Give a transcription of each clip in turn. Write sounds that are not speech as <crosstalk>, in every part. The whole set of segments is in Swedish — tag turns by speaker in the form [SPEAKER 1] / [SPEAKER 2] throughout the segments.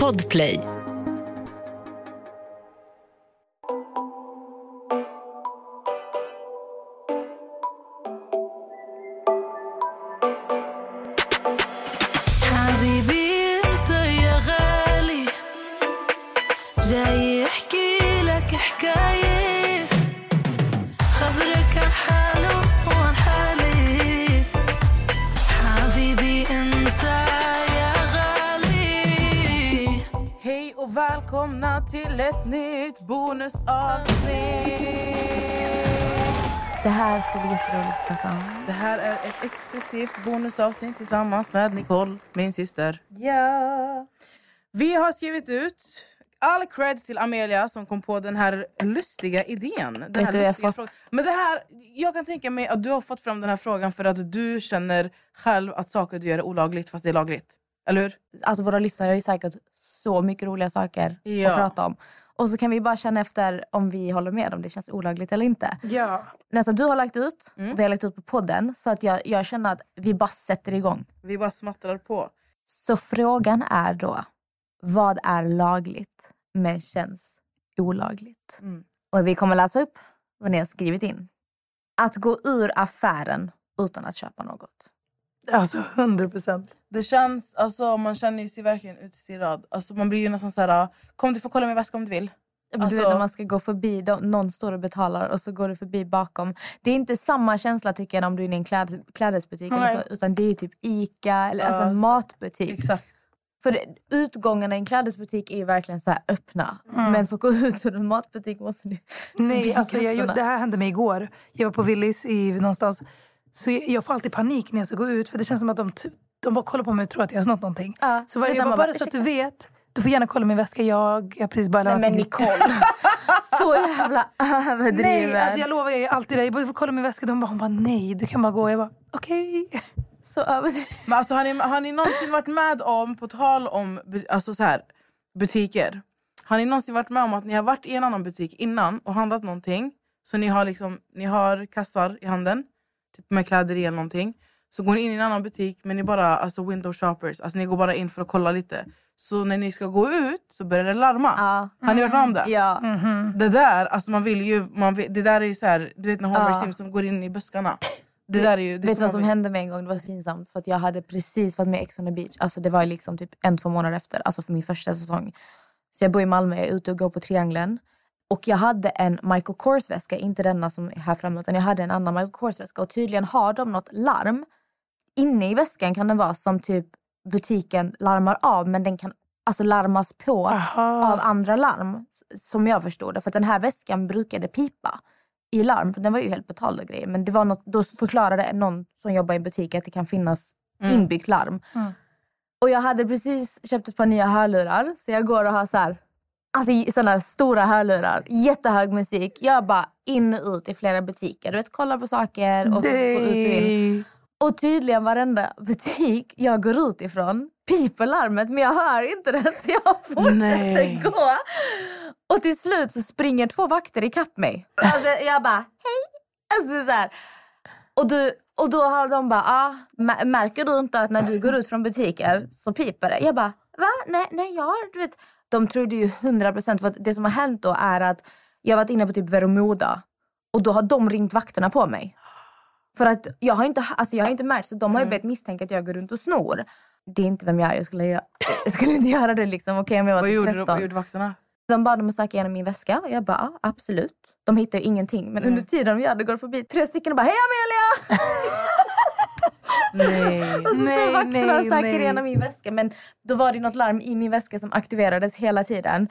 [SPEAKER 1] Podplay.
[SPEAKER 2] حبيبي انت يا غالي جاي احكي لك حكاية خبرك عن حاله وعن حالي حبيبي انت يا غالي
[SPEAKER 3] Hej och välkomna till ett nytt bonusavsnitt!
[SPEAKER 4] Det här ska bli jätteroligt att prata om.
[SPEAKER 3] Det här är ett exklusivt bonusavsnitt tillsammans med Nicole, min syster.
[SPEAKER 4] Ja.
[SPEAKER 3] Vi har skrivit ut all cred till Amelia som kom på den här lustiga idén. Den här
[SPEAKER 4] du vad jag
[SPEAKER 3] lustiga
[SPEAKER 4] fått?
[SPEAKER 3] frågan. Men det här, jag kan tänka mig att du har fått fram den här frågan för att du känner själv att saker du gör är olagligt fast det är lagligt. Eller hur?
[SPEAKER 4] Alltså våra lyssnare har ju säkert så mycket roliga saker
[SPEAKER 3] Ja.
[SPEAKER 4] att prata om. Och så kan vi bara känna efter om vi håller med om det känns olagligt eller inte.
[SPEAKER 3] Ja.
[SPEAKER 4] Nästan du har lagt ut,
[SPEAKER 3] Mm.
[SPEAKER 4] vi har lagt ut på podden. Så att jag, jag känner att vi bara sätter igång.
[SPEAKER 3] Vi bara smattrar på.
[SPEAKER 4] Så frågan är då, vad är lagligt men känns olagligt?
[SPEAKER 3] Mm.
[SPEAKER 4] Och vi kommer läsa upp vad ni har skrivit in. Att gå ur affären utan att köpa något.
[SPEAKER 3] Alltså 100 procent. Det känns, alltså, man känner ju sig verkligen utstirrad. Alltså, man blir ju nästan så här, kom du får kolla min väska om du vill.
[SPEAKER 4] Men du
[SPEAKER 3] Alltså-
[SPEAKER 4] vet när man ska gå förbi, de, någon står och betalar och så går du förbi bakom. Det är inte samma känsla tycker jag om du är inne i en kläd, klädesbutik eller
[SPEAKER 3] Nej.
[SPEAKER 4] så, utan det är typ Ica eller alltså en
[SPEAKER 3] Alltså,
[SPEAKER 4] matbutik.
[SPEAKER 3] Exakt.
[SPEAKER 4] För det- utgångarna i en klädesbutik är ju verkligen så här öppna. Men för att gå ut ur en matbutik måste du... <laughs>
[SPEAKER 5] Mm. Nej, alltså jag, gjorde-
[SPEAKER 4] Gränserna.
[SPEAKER 5] det här hände mig igår. Jag var på Willys i, någonstans. Så jag, jag får alltid panik när jag ska gå ut för det känns som att de, t- de bara kollar på mig och tror att jag har snott någonting.
[SPEAKER 4] Ja,
[SPEAKER 5] så varje,
[SPEAKER 4] utan
[SPEAKER 5] jag bara,
[SPEAKER 4] man bara,
[SPEAKER 5] bara så att du vet. Du får gärna kolla min väska. Jag, jag har precis bara
[SPEAKER 4] Nej
[SPEAKER 5] lämnat
[SPEAKER 4] men
[SPEAKER 5] in-
[SPEAKER 4] Nicole!
[SPEAKER 5] <laughs>
[SPEAKER 4] så jävla <laughs> överdriven.
[SPEAKER 5] Nej, alltså jag lovar, jag är alltid där. Jag bara, du får kolla min väska. De bara, hon bara, nej, du kan bara gå. Jag bara, okej.
[SPEAKER 4] Så överdriven.
[SPEAKER 3] Men alltså, har, ni, har ni någonsin varit med om, på tal om bu- alltså, så här, butiker. Har ni någonsin varit med om att ni har varit i en annan butik innan och handlat någonting. Så ni har, liksom, ni har kassar i handen, typ med kläder i eller någonting. Så går ni in i en annan butik men ni bara alltså window shoppers. Alltså ni går bara in för att kolla lite. Så när ni ska gå ut så börjar det larma.
[SPEAKER 4] Ja. Mm.
[SPEAKER 3] Har ni varit med om det?
[SPEAKER 5] Mm.
[SPEAKER 4] Ja.
[SPEAKER 3] Det där, alltså man vill ju, man vill, det där är ju så här, du vet när Homer Simpson går in i buskarna. Det där är ju, det är
[SPEAKER 4] Vet du vad
[SPEAKER 3] man
[SPEAKER 4] som
[SPEAKER 3] vill.
[SPEAKER 4] hände med en gång? Det var så pinsamt. För att jag hade precis varit med i Ex on the beach. Alltså det var ju liksom typ en, två månader efter. Alltså för min första säsong. Så jag bor i Malmö, jag är ute och går på Triangeln. Och jag hade en Michael Kors-väska, inte denna som är här framme utan jag hade en annan Michael Kors-väska. Och tydligen har de något larm inne i väskan kan den vara som typ butiken larmar av men den kan alltså larmas på
[SPEAKER 5] Aha.
[SPEAKER 4] av andra larm s- som jag förstod det. För att den här väskan brukade pipa i larm för den var ju helt betald och grejer. Men det var något, då förklarade någon som jobbar i en butik att det kan finnas inbyggt larm. Och jag hade precis köpt ett par nya hörlurar så jag går och har så här Alltså sådana stora hörlurar, jättehög musik. Jag bara in och ut i flera butiker. Du vet, kollar på saker och så går ut och in.
[SPEAKER 5] Nej.
[SPEAKER 4] Och tydligen varenda butik jag går ut ifrån piper larmet men jag hör inte det så jag fortsätter
[SPEAKER 3] Nej.
[SPEAKER 4] gå. Och till slut så springer två vakter ikapp mig. Alltså jag bara hej. Alltså så här. Och, du, och då har de bara, ah, mä- märker du inte att när du går ut från butiker så piper det? Jag bara, va? Nej, nej jag har, du vet. De trodde ju 100% för att det som har hänt då är att jag har varit inne på typ Veromoda och då har de ringt vakterna på mig. För att jag har inte, alltså jag har inte märkt, så de har
[SPEAKER 3] Mm.
[SPEAKER 4] ju börjat misstänka att jag går runt och snor. Det är inte vem jag är, jag skulle, <laughs> jag skulle inte göra det liksom. Okej om jag
[SPEAKER 3] Vad
[SPEAKER 4] var
[SPEAKER 3] gjorde,
[SPEAKER 4] typ
[SPEAKER 3] du,
[SPEAKER 4] 13.
[SPEAKER 3] vad gjorde vakterna?
[SPEAKER 4] De bad dem att söka igenom min väska och jag bara ja, absolut. De hittar ju ingenting
[SPEAKER 3] Mm.
[SPEAKER 4] men under tiden de gör det går förbi tre stycken och bara hej Amelia!
[SPEAKER 3] Nej.
[SPEAKER 4] Och Alltså, så står
[SPEAKER 5] Nej,
[SPEAKER 4] vakterna och
[SPEAKER 5] nej,
[SPEAKER 4] söker
[SPEAKER 5] nej.
[SPEAKER 4] igenom min väska men då var det något larm i min väska som aktiverades hela tiden.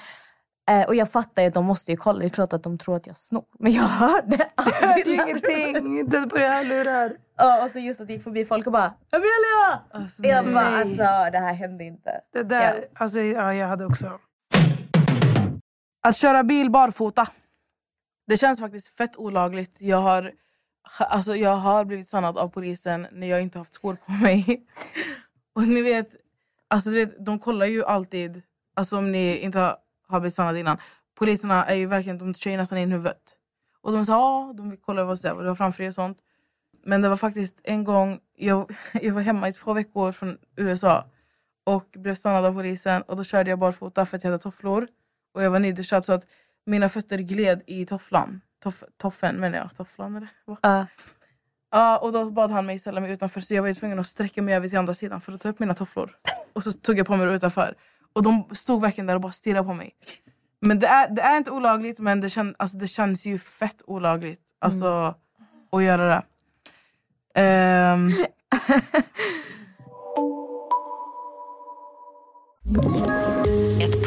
[SPEAKER 4] Eh, och jag fattar ju att de måste ju kolla, det är klart att de tror att jag snor. Men jag
[SPEAKER 5] <laughs>
[SPEAKER 4] hörde aldrig larmet.
[SPEAKER 5] Ingenting. Det är på det här lurar.
[SPEAKER 4] Ja, och så just att det gick förbi folk och bara Amelia! jag bara alltså det här hände inte.
[SPEAKER 5] Det där, alltså ja, jag hade också.
[SPEAKER 3] Att köra bil barfota. Det känns faktiskt fett olagligt. Jag har, alltså, jag har blivit stannad av polisen när jag inte haft skor på mig. <laughs> Och ni vet, alltså, du vet de kollar ju alltid, alltså, om ni inte har, har blivit stannade innan. Poliserna är ju verkligen, de kör ju nästan in huvudet. Och de sa, ja, de vill kolla vad det var framför er och sånt. <laughs> Men det var faktiskt en gång, jag, jag var hemma i två veckor från USA. och blev stannad av polisen. Och Då körde jag barfota för att jag hade tofflor. Och jag var nyduschad så att mina fötter gled i tofflan. Toff, toffen menar jag. Tofflan eller? vad?
[SPEAKER 4] Ja.
[SPEAKER 3] Ja, och då bad han mig ställa mig utanför så jag var ju tvungen att sträcka mig över till andra sidan för att ta upp mina tofflor. Och så tog jag på mig dem utanför. Och de stod verkligen där och bara stirrade på mig. Men det är, det är inte olagligt men det, kän, alltså, det känns ju fett olagligt alltså, att göra det. Ehm,
[SPEAKER 1] Ett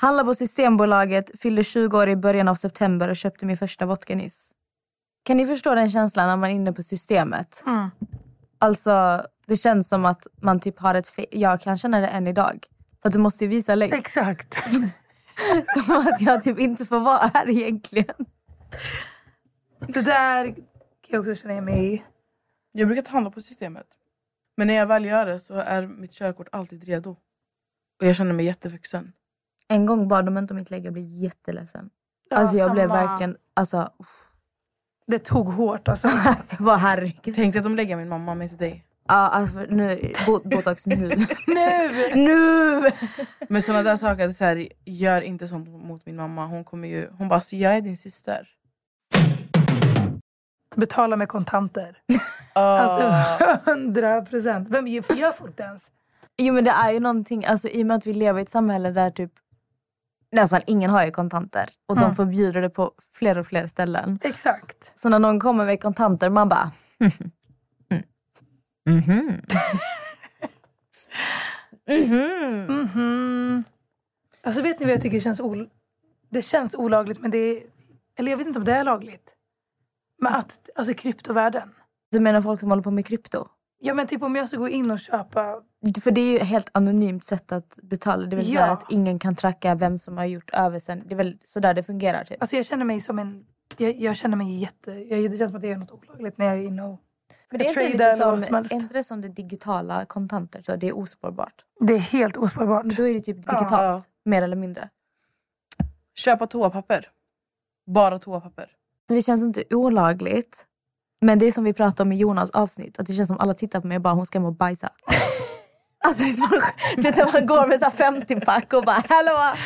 [SPEAKER 4] Handlar på Systembolaget, fyllde 20 år i början av september och köpte min första vodka nyss. Kan ni förstå den känslan när man är inne på systemet?
[SPEAKER 5] Mm.
[SPEAKER 4] Alltså, det känns som att man typ har ett... Fe- jag kan känna det än idag. För att du måste ju visa längd.
[SPEAKER 5] Exakt.
[SPEAKER 4] <laughs> Som att jag typ inte får vara här egentligen.
[SPEAKER 5] Det där kan jag också känna igen mig i.
[SPEAKER 3] jag brukar inte handla på systemet. Men när jag väl gör det så är mitt körkort alltid redo. Och jag känner mig jättevuxen.
[SPEAKER 4] En gång bad de inte om mitt läge. Jag blev jätteledsen.
[SPEAKER 5] Ja,
[SPEAKER 4] alltså jag blev
[SPEAKER 5] samma.
[SPEAKER 4] verkligen... Alltså, uff,
[SPEAKER 5] Det tog hårt alltså.
[SPEAKER 4] <laughs> alltså jag var herregud.
[SPEAKER 3] Tänk dig att de lägger min mamma med till dig.
[SPEAKER 4] Ja, alltså nu. Bo- Botox nu.
[SPEAKER 5] <laughs>
[SPEAKER 4] nu! nu!
[SPEAKER 3] Men sådana där saker, det är så här, gör inte sånt mot min mamma. Hon kommer ju, hon bara, alltså, jag är din syster.
[SPEAKER 5] Betala med kontanter.
[SPEAKER 4] Ah.
[SPEAKER 5] Alltså <laughs> 100 procent. Vem gör gör folk det ens?
[SPEAKER 4] Jo men det är ju någonting, alltså, i och med att vi lever i ett samhälle där typ nästan ingen har ju kontanter och
[SPEAKER 5] Mm.
[SPEAKER 4] de förbjuder det på fler och fler ställen.
[SPEAKER 5] Exakt.
[SPEAKER 4] Så när någon kommer med kontanter man bara
[SPEAKER 5] Mhm. Alltså vet ni vad jag tycker känns ol... Det känns olagligt men det är... Eller jag vet inte om det är lagligt. Men att, alltså kryptovärlden.
[SPEAKER 4] du menar folk som håller på med krypto?
[SPEAKER 5] Ja men typ om jag ska gå in och köpa...
[SPEAKER 4] För det är ju ett helt anonymt sätt att betala. Det är väl
[SPEAKER 5] Ja.
[SPEAKER 4] där att ingen kan tracka vem som har gjort översen. Det är väl sådär det fungerar typ.
[SPEAKER 5] Alltså jag känner mig som en... Jag, jag känner mig jätte... Jag, det känns som att jag gör något olagligt när jag är inne och ska
[SPEAKER 4] Men det är inte det
[SPEAKER 5] trada
[SPEAKER 4] lite
[SPEAKER 5] eller vad som
[SPEAKER 4] som,
[SPEAKER 5] helst.
[SPEAKER 4] är inte det som det digitala kontanter? Så det är ospårbart.
[SPEAKER 5] Det är helt ospårbart.
[SPEAKER 4] Då är det typ digitalt,
[SPEAKER 3] ja.
[SPEAKER 4] mer eller mindre.
[SPEAKER 3] Köpa toapapper. Bara toapapper.
[SPEAKER 4] Så det känns inte olagligt. Men det är som vi pratade om i Jonas avsnitt. Att det känns som alla tittar på mig och bara hon ska må bajsa. Alltså du vet när man går med så här 50-pack och bara hallå!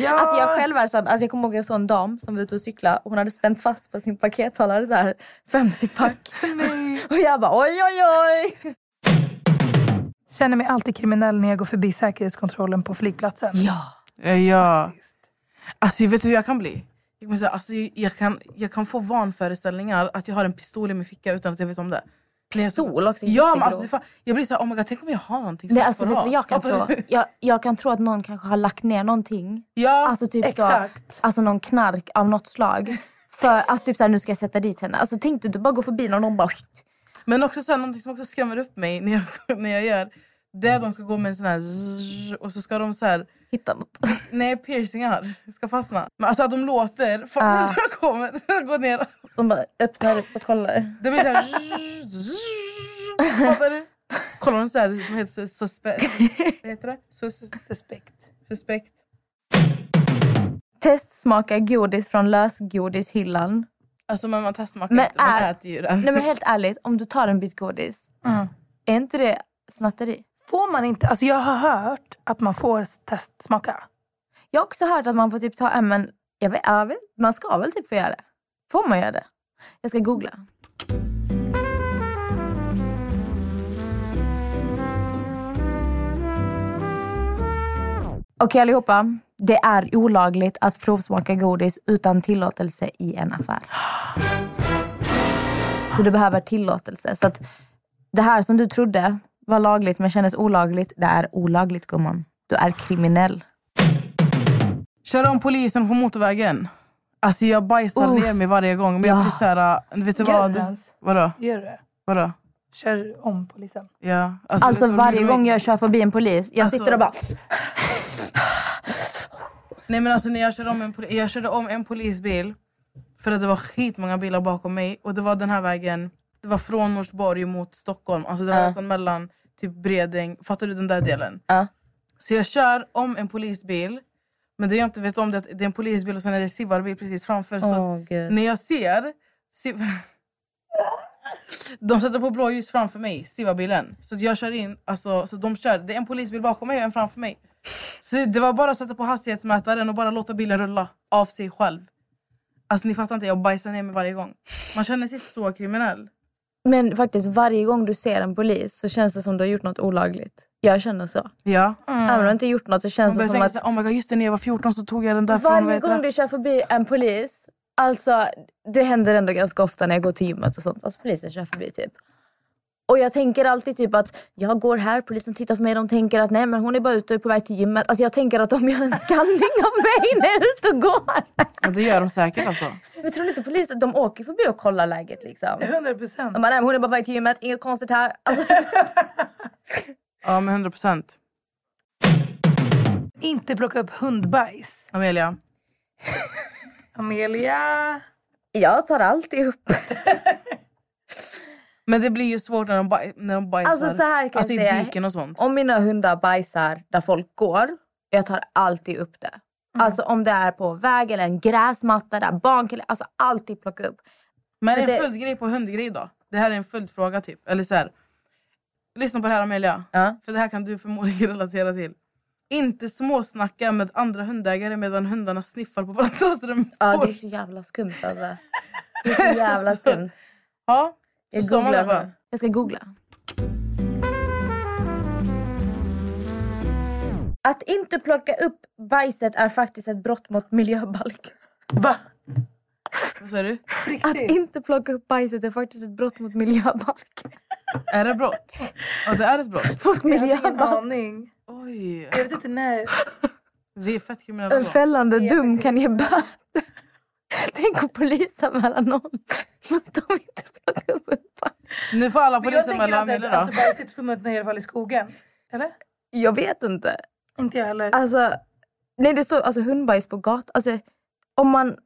[SPEAKER 5] Ja.
[SPEAKER 4] Alltså jag själv är sån, alltså jag kommer ihåg jag såg en dam som var ute och cykla och hon hade spänt fast på sin pakethållare så här 50-pack. <laughs> och jag bara oj oj oj!
[SPEAKER 5] Känner mig alltid kriminell när jag går förbi säkerhetskontrollen på flygplatsen.
[SPEAKER 4] Ja.
[SPEAKER 3] Eh, Ja. Alltså vet du hur jag kan bli? Jag, kommer säga, alltså, jag, kan, jag kan få vanföreställningar att jag har en pistol i min ficka utan att jag vet om det. När jag-
[SPEAKER 4] Pistol också,
[SPEAKER 3] Ja, men
[SPEAKER 4] jättegrov.
[SPEAKER 3] alltså, det är fan- jag blir så här, oh my god, tänk om jag har någonting som
[SPEAKER 4] Det, är
[SPEAKER 3] jag
[SPEAKER 4] alltså,
[SPEAKER 3] får
[SPEAKER 4] vet du
[SPEAKER 3] ha.
[SPEAKER 4] vad jag kan tro?
[SPEAKER 3] Fattar du?
[SPEAKER 4] Jag, jag kan tro att någon kanske har lagt ner någonting
[SPEAKER 3] <laughs> Ja,
[SPEAKER 4] Alltså typ
[SPEAKER 5] Exakt.
[SPEAKER 4] Så, alltså någon knark av något slag. För, alltså typ så här, nu ska jag sätta dit henne. Alltså tänk du, du bara går förbi någon och de bara...
[SPEAKER 3] men också så här, någonting som också skrämmer upp mig när jag, <laughs> när jag gör det är att de ska gå med en sån här zzz, och så ska de så här
[SPEAKER 4] Hitta något.
[SPEAKER 3] nej piercingar ska fastna. Men alltså att de låter <laughs>
[SPEAKER 4] Ah.
[SPEAKER 3] fattar du när de kommer när de går ner.
[SPEAKER 4] De bara öppnar upp och kollar.
[SPEAKER 3] Det blir så här zzz, zzz, fattar du? Kollar de så här vad heter det suspekt vad heter det? Sus,
[SPEAKER 5] Suspekt.
[SPEAKER 3] suspekt.
[SPEAKER 4] Testsmaka godis från lösgodishyllan.
[SPEAKER 3] Alltså men man testsmakar
[SPEAKER 4] Men
[SPEAKER 3] inte, man
[SPEAKER 4] är-
[SPEAKER 3] äter ju den.
[SPEAKER 4] Nej men helt ärligt, om du tar en bit godis. Är inte det snatteri?
[SPEAKER 5] Får man inte... Alltså jag har hört att man får testsmaka.
[SPEAKER 4] Jag har också hört att man får typ ta... Äh, men, jag vet, jag vet, man ska väl typ få göra det? Får man göra det? Jag ska googla. Okej allihopa, det är olagligt att provsmaka godis utan tillåtelse i en affär. Så du behöver tillåtelse. Så att det här som du trodde var lagligt men kändes olagligt, det är olagligt gumman. Du är kriminell.
[SPEAKER 3] Kör om polisen på motorvägen. Alltså jag bajsar
[SPEAKER 4] Uff.
[SPEAKER 3] ner mig varje gång. Men jag
[SPEAKER 4] Oh. Ja.
[SPEAKER 3] blir så här, äh, vet du
[SPEAKER 5] Gör
[SPEAKER 3] vad?
[SPEAKER 5] du ens?
[SPEAKER 3] Vadå?
[SPEAKER 5] Gör du det?
[SPEAKER 3] Vadå?
[SPEAKER 5] kör om polisen.
[SPEAKER 3] Ja,
[SPEAKER 4] Alltså
[SPEAKER 3] vet du vad
[SPEAKER 4] varje
[SPEAKER 3] det var?
[SPEAKER 4] gång jag kör förbi en polis, jag
[SPEAKER 3] Alltså-
[SPEAKER 4] sitter och bara...
[SPEAKER 3] Nej men alltså när jag körde om en, poli- jag körde om en polisbil för att det var skitmånga bilar bakom mig och det var den här vägen, det var från Norsborg mot Stockholm, alltså det var
[SPEAKER 4] Ja.
[SPEAKER 3] nästan mellan typ Bredäng, fattar du den där delen?
[SPEAKER 4] Ja.
[SPEAKER 3] Så jag kör om en polisbil, men det jag inte vet om det är att det är en polisbil och sen är det Sivarbil precis framför.
[SPEAKER 4] Åh,
[SPEAKER 3] så
[SPEAKER 4] gud.
[SPEAKER 3] när jag ser Siv- <laughs> de sätter på blåljus framför mig, Sivarbilen. Så att jag kör in, alltså, så de kör, det är en polisbil bakom mig och en framför mig. Så det var bara att sätta på hastighetsmätaren och bara låta bilen rulla av sig själv. Alltså ni fattar inte, jag bajsar ner mig varje gång. Man känner sig så kriminell.
[SPEAKER 4] Men faktiskt varje gång du ser en polis så känns det som du har gjort något olagligt. Jag känner så.
[SPEAKER 3] Ja.
[SPEAKER 4] Även om du inte gjort något så känns
[SPEAKER 3] Mm. Man
[SPEAKER 4] det
[SPEAKER 3] börjar
[SPEAKER 4] Alltså, som
[SPEAKER 3] tänka
[SPEAKER 4] att
[SPEAKER 3] såhär, oh my god just det när jag var 14 så tog jag den där från vad
[SPEAKER 4] varje
[SPEAKER 3] heter
[SPEAKER 4] gång
[SPEAKER 3] det?
[SPEAKER 4] du kör förbi en polis, alltså det händer ändå ganska ofta när jag går till gymmet och sånt. Alltså polisen kör förbi typ. Och jag tänker alltid typ att jag går här, polisen tittar på mig, de tänker att nej men hon är bara ute och är på väg till gymmet. Alltså jag tänker att de gör en skanning av mig när jag är ute och går.
[SPEAKER 3] Ja, det gör de säkert alltså.
[SPEAKER 4] Men tror ni inte polisen, de åker förbi och kollar läget liksom.
[SPEAKER 5] 100 procent.
[SPEAKER 4] De bara, nej men hon är bara på väg till gymmet, inget konstigt här. Alltså, <laughs>
[SPEAKER 3] Ja men 100 procent.
[SPEAKER 5] Inte plocka upp hundbajs.
[SPEAKER 3] Amelia.
[SPEAKER 5] Amelia.
[SPEAKER 4] jag tar alltid upp.
[SPEAKER 3] Men det blir ju svårt när de, baj- när de bajsar.
[SPEAKER 4] Alltså så här kan
[SPEAKER 3] alltså,
[SPEAKER 4] jag säga.
[SPEAKER 3] i diken och sånt.
[SPEAKER 4] Om mina hundar bajsar där folk går, jag tar alltid upp det.
[SPEAKER 3] Mm.
[SPEAKER 4] Alltså om det är på en väg eller en gräsmatta där barn kan... Alltså alltid plocka upp.
[SPEAKER 3] Men
[SPEAKER 4] Men
[SPEAKER 3] en
[SPEAKER 4] det-
[SPEAKER 3] följdgrej på hundgrej då? Det här är en följdfråga typ. Eller så här. Lyssna på det här Amelia.
[SPEAKER 4] Ja.
[SPEAKER 3] För det här kan du förmodligen <laughs> relatera till. Inte småsnacka med andra hundägare medan hundarna sniffar på varandras rum.
[SPEAKER 4] Ja, det är så jävla skumt
[SPEAKER 3] <laughs>
[SPEAKER 4] alltså. Det är så jävla skumt.
[SPEAKER 3] ja.
[SPEAKER 4] Jag
[SPEAKER 3] Så står man där
[SPEAKER 4] googlar
[SPEAKER 3] bara.
[SPEAKER 4] nu. Jag ska googla. Att inte plocka upp bajset är faktiskt ett brott mot miljöbalken.
[SPEAKER 5] Va?
[SPEAKER 3] Vad säger du?
[SPEAKER 4] Att inte plocka upp bajset är faktiskt ett brott mot <laughs> miljöbalken.
[SPEAKER 3] Är det brott? Ja det är ett brott.
[SPEAKER 4] Mot
[SPEAKER 5] Ingen
[SPEAKER 4] miljöbalken.
[SPEAKER 5] aning.
[SPEAKER 3] Oj.
[SPEAKER 5] Jag vet inte när.
[SPEAKER 3] Vi är fett kriminella
[SPEAKER 4] En
[SPEAKER 3] då.
[SPEAKER 4] fällande dom kan ge böter. <laughs> Tänk att polisanmäla någon för att de inte plockar upp en bajs.
[SPEAKER 3] Nu får alla
[SPEAKER 5] Men jag
[SPEAKER 3] poliser
[SPEAKER 5] tänker
[SPEAKER 3] mellan
[SPEAKER 5] alltid
[SPEAKER 3] Amelia
[SPEAKER 5] att
[SPEAKER 3] då.
[SPEAKER 5] alltså, bajset förmultnar i alla fall i skogen. Eller?
[SPEAKER 4] Jag vet inte.
[SPEAKER 5] Inte jag heller.
[SPEAKER 4] Alltså, nej det står alltså hundbajs på gatan. Alltså, om, man,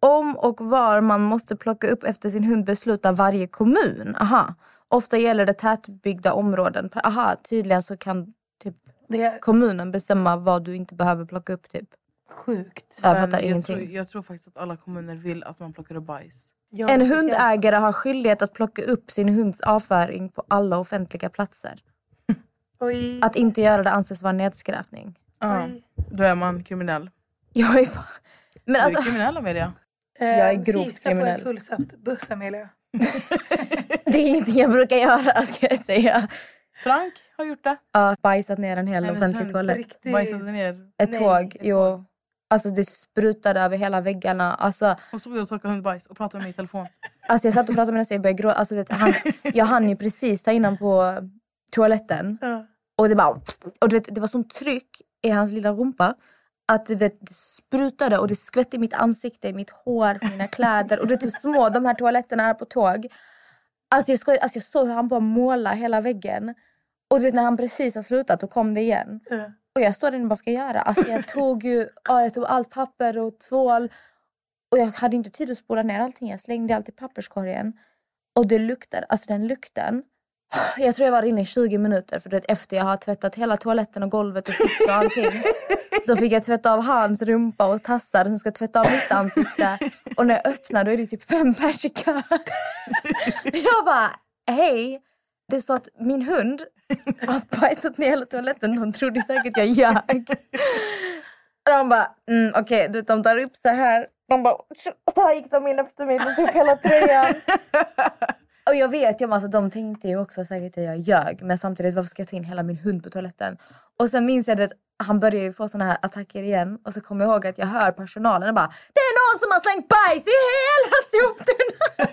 [SPEAKER 4] om och var man måste plocka upp efter sin hund beslutar varje kommun. Aha. Ofta gäller det tätbyggda områden. Aha, tydligen så kan typ
[SPEAKER 5] Det är
[SPEAKER 4] kommunen bestämma vad du inte behöver plocka upp. Typ.
[SPEAKER 5] sjukt.
[SPEAKER 4] Jag fattar
[SPEAKER 3] Men jag, tror,
[SPEAKER 4] ingenting.
[SPEAKER 3] jag tror faktiskt att alla kommuner vill att man plockar upp bajs.
[SPEAKER 5] Jag
[SPEAKER 4] En
[SPEAKER 5] speciellt-
[SPEAKER 4] hundägare har skyldighet att plocka upp sin hunds avföring på alla offentliga platser.
[SPEAKER 5] Oj.
[SPEAKER 4] Att inte göra det anses vara nedskräpning. <laughs>
[SPEAKER 3] Ja. Då är man kriminell.
[SPEAKER 4] Jag är fan... Men
[SPEAKER 3] Du är
[SPEAKER 4] alltså,
[SPEAKER 3] kriminell Amelia.
[SPEAKER 5] Eh,
[SPEAKER 4] jag är grovt
[SPEAKER 5] fisa på
[SPEAKER 4] kriminell.
[SPEAKER 5] en fullsatt buss, Amelia.
[SPEAKER 4] <laughs> det är ingenting jag brukar göra <laughs> ska jag säga.
[SPEAKER 3] Frank har gjort det.
[SPEAKER 4] Ja, bajsat ner en hel
[SPEAKER 3] Hennes
[SPEAKER 4] offentlig
[SPEAKER 3] hund,
[SPEAKER 4] toalett.
[SPEAKER 5] Riktigt.
[SPEAKER 3] Bajsade ner.
[SPEAKER 4] Ett
[SPEAKER 5] Nej,
[SPEAKER 4] tåg.
[SPEAKER 5] ett
[SPEAKER 4] Jo. Alltså det sprutade över hela väggarna. Alltså,
[SPEAKER 3] Och så blev jag och torkade hundbajs och pratade med mig i telefon.
[SPEAKER 4] alltså jag satt och pratade med henne och jag började gråta. Alltså, vet, du, han, jag hann ju precis ta innan på toaletten.
[SPEAKER 5] Ja.
[SPEAKER 4] Och det bara... Och du vet, det var sånt tryck i hans lilla rumpa. Att du vet, det sprutade och det skvätte i mitt ansikte, i mitt hår, på mina kläder. Och du vet hur små de här toaletterna är på tåg. Alltså jag, skojar, alltså jag såg hur han bara målade hela väggen. Och du vet när han precis har slutat och kom det igen.
[SPEAKER 5] Ja.
[SPEAKER 4] Och jag står där och bara ska jag göra. Alltså jag tog ju ja, jag tog allt papper och tvål. Och jag hade inte tid att spola ner allting. Jag slängde allt i papperskorgen. Och det luktade, alltså den lukten. Jag tror jag var inne i 20 minuter för du vet, efter jag har tvättat hela toaletten och golvet och sitt och allting. Då fick jag tvätta av hans rumpa och tassar. Sen ska jag tvätta av mitt ansikte. Och när jag öppnar då är det typ fem pers i kö. Jag bara, hej. Det är så att min hund har bajsat ner hela toaletten. De trodde säkert jag ljög. Och de bara, mm, okej, du vet de tar upp så här. De bara, <laughs> så här gick de in efter mig. De tog hela tröjan. <laughs> Och jag vet ju, alltså, de tänkte ju också säkert att jag ljög. Men samtidigt, varför ska jag ta in hela min hund på toaletten? Och sen minns jag att han började ju få såna här attacker igen. Och så kommer jag ihåg att jag hör personalen och bara, det är någon som har slängt bajs i hela soptunnan.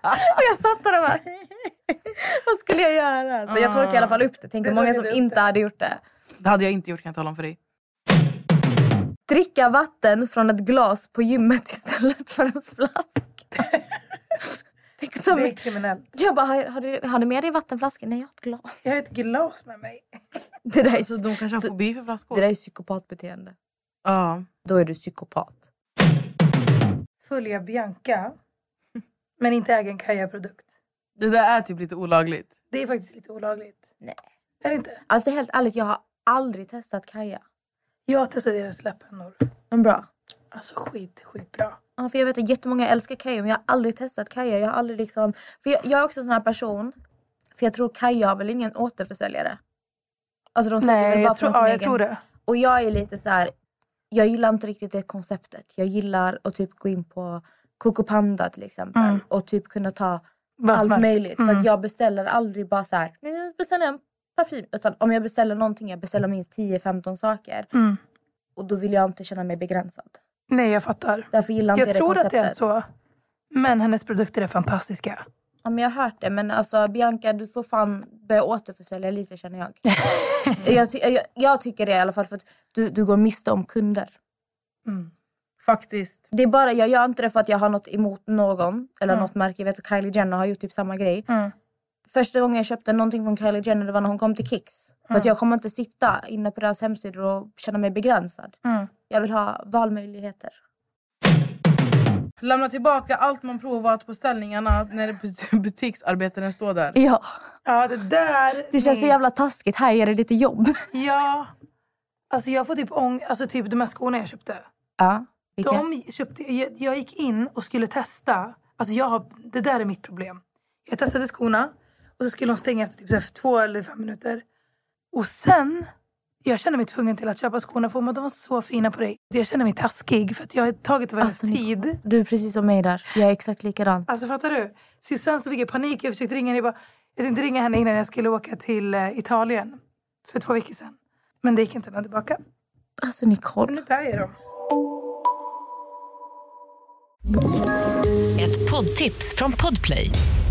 [SPEAKER 4] <laughs> och jag satt där och bara, <laughs> vad skulle jag göra? Så jag torkade i alla fall upp Ah. det. Tänk hur många som inte hade gjort det.
[SPEAKER 3] Det hade jag inte gjort kan jag tala om för dig.
[SPEAKER 4] Dricka <laughs> vatten från ett glas på gymmet istället för en flaska. Tänk att Som,
[SPEAKER 5] Det är kriminellt.
[SPEAKER 4] jag bara, har, har, du, har du med dig vattenflaskor? Nej, jag har ett glas.
[SPEAKER 5] Jag har ett glas med mig.
[SPEAKER 4] <laughs> Det där är,
[SPEAKER 3] Alltså, de kanske har fobi för flaskor.
[SPEAKER 4] det där är psykopatbeteende.
[SPEAKER 3] Ja.
[SPEAKER 4] Då är du psykopat.
[SPEAKER 5] Följa Bianca, men inte äga en Kaja-produkt.
[SPEAKER 3] Det där är typ lite olagligt.
[SPEAKER 5] Det är faktiskt lite olagligt.
[SPEAKER 4] Nej.
[SPEAKER 5] Är det inte?
[SPEAKER 4] Alltså helt ärligt, jag har aldrig testat Kaja.
[SPEAKER 5] Jag testade deras läpphännor.
[SPEAKER 4] Men bra.
[SPEAKER 5] Alltså skit, skitbra.
[SPEAKER 4] Ja, för jag vet att jättemånga älskar Kaja men jag har aldrig testat Kaja. Jag har aldrig liksom... För jag, jag är också en sån här person. För jag tror Kaja har väl ingen återförsäljare? Alltså de säljer väl bara
[SPEAKER 5] jag
[SPEAKER 4] från sin
[SPEAKER 5] tror, ja,
[SPEAKER 4] egen...
[SPEAKER 5] jag tror det.
[SPEAKER 4] Och jag är lite så här, jag gillar inte riktigt det konceptet. Jag gillar att typ gå in på Coco Panda till exempel och typ kunna ta
[SPEAKER 5] Mm. Vad som
[SPEAKER 4] allt
[SPEAKER 5] helst.
[SPEAKER 4] möjligt.
[SPEAKER 5] Mm.
[SPEAKER 4] Så att jag beställer aldrig bara så här, nu beställer jag en parfym. Utan om jag beställer någonting, jag beställer minst 10-15 saker.
[SPEAKER 5] Mm.
[SPEAKER 4] Och då vill jag inte känna mig begränsad.
[SPEAKER 5] Nej, jag fattar.
[SPEAKER 4] Därför gillar inte
[SPEAKER 5] Jag
[SPEAKER 4] det
[SPEAKER 5] tror att det
[SPEAKER 4] konceptet.
[SPEAKER 5] är så. Men hennes produkter är fantastiska.
[SPEAKER 4] Ja, men jag har hört det. Men alltså, Bianca, du får fan börja återförsälja lite känner jag. <laughs> jag, ty- jag, jag tycker det i alla fall för att du, du går miste om kunder.
[SPEAKER 3] Faktiskt.
[SPEAKER 4] Det är bara, jag gör inte det för att jag har något emot någon eller något märke. Jag vet att Kylie Jenner har gjort typ samma grej. Första gången jag köpte någonting från Kylie Jenner det var när hon kom till Kicks. För att jag kommer inte sitta inne på deras hemsidor och känna mig begränsad. Jag vill ha valmöjligheter.
[SPEAKER 3] Lämna tillbaka allt man provat på ställningarna när bu- <laughs> butiksarbetaren står där.
[SPEAKER 4] Ja.
[SPEAKER 5] Ja, det där...
[SPEAKER 4] Det känns så jävla taskigt. Här är det lite jobb.
[SPEAKER 5] Ja. Alltså jag får typ ång... Alltså typ de här skorna jag köpte.
[SPEAKER 4] Ja. Vilka?
[SPEAKER 5] De köpte... Jag, jag gick in och skulle testa. Alltså jag har... Det där är mitt problem. Jag testade skorna och så skulle de stänga efter typ så här två eller fem minuter. Och sen... Jag kände mig tvungen till att köpa skorna för de var så fina på dig. Jag kände mig taskig för att jag har tagit över hennes
[SPEAKER 4] Alltså, ni-
[SPEAKER 5] tid.
[SPEAKER 4] Du är precis som mig där. Jag är exakt likadan.
[SPEAKER 5] Alltså fattar du? Så sen så fick jag panik. Jag försökte ringa henne. Jag, bara, jag tänkte ringa henne innan jag skulle åka till eh, Italien. För två veckor sedan. Men det gick inte att lämna tillbaka.
[SPEAKER 4] Alltså Nicole.
[SPEAKER 5] Nu bär jag dem.
[SPEAKER 1] Ett poddtips från Podplay.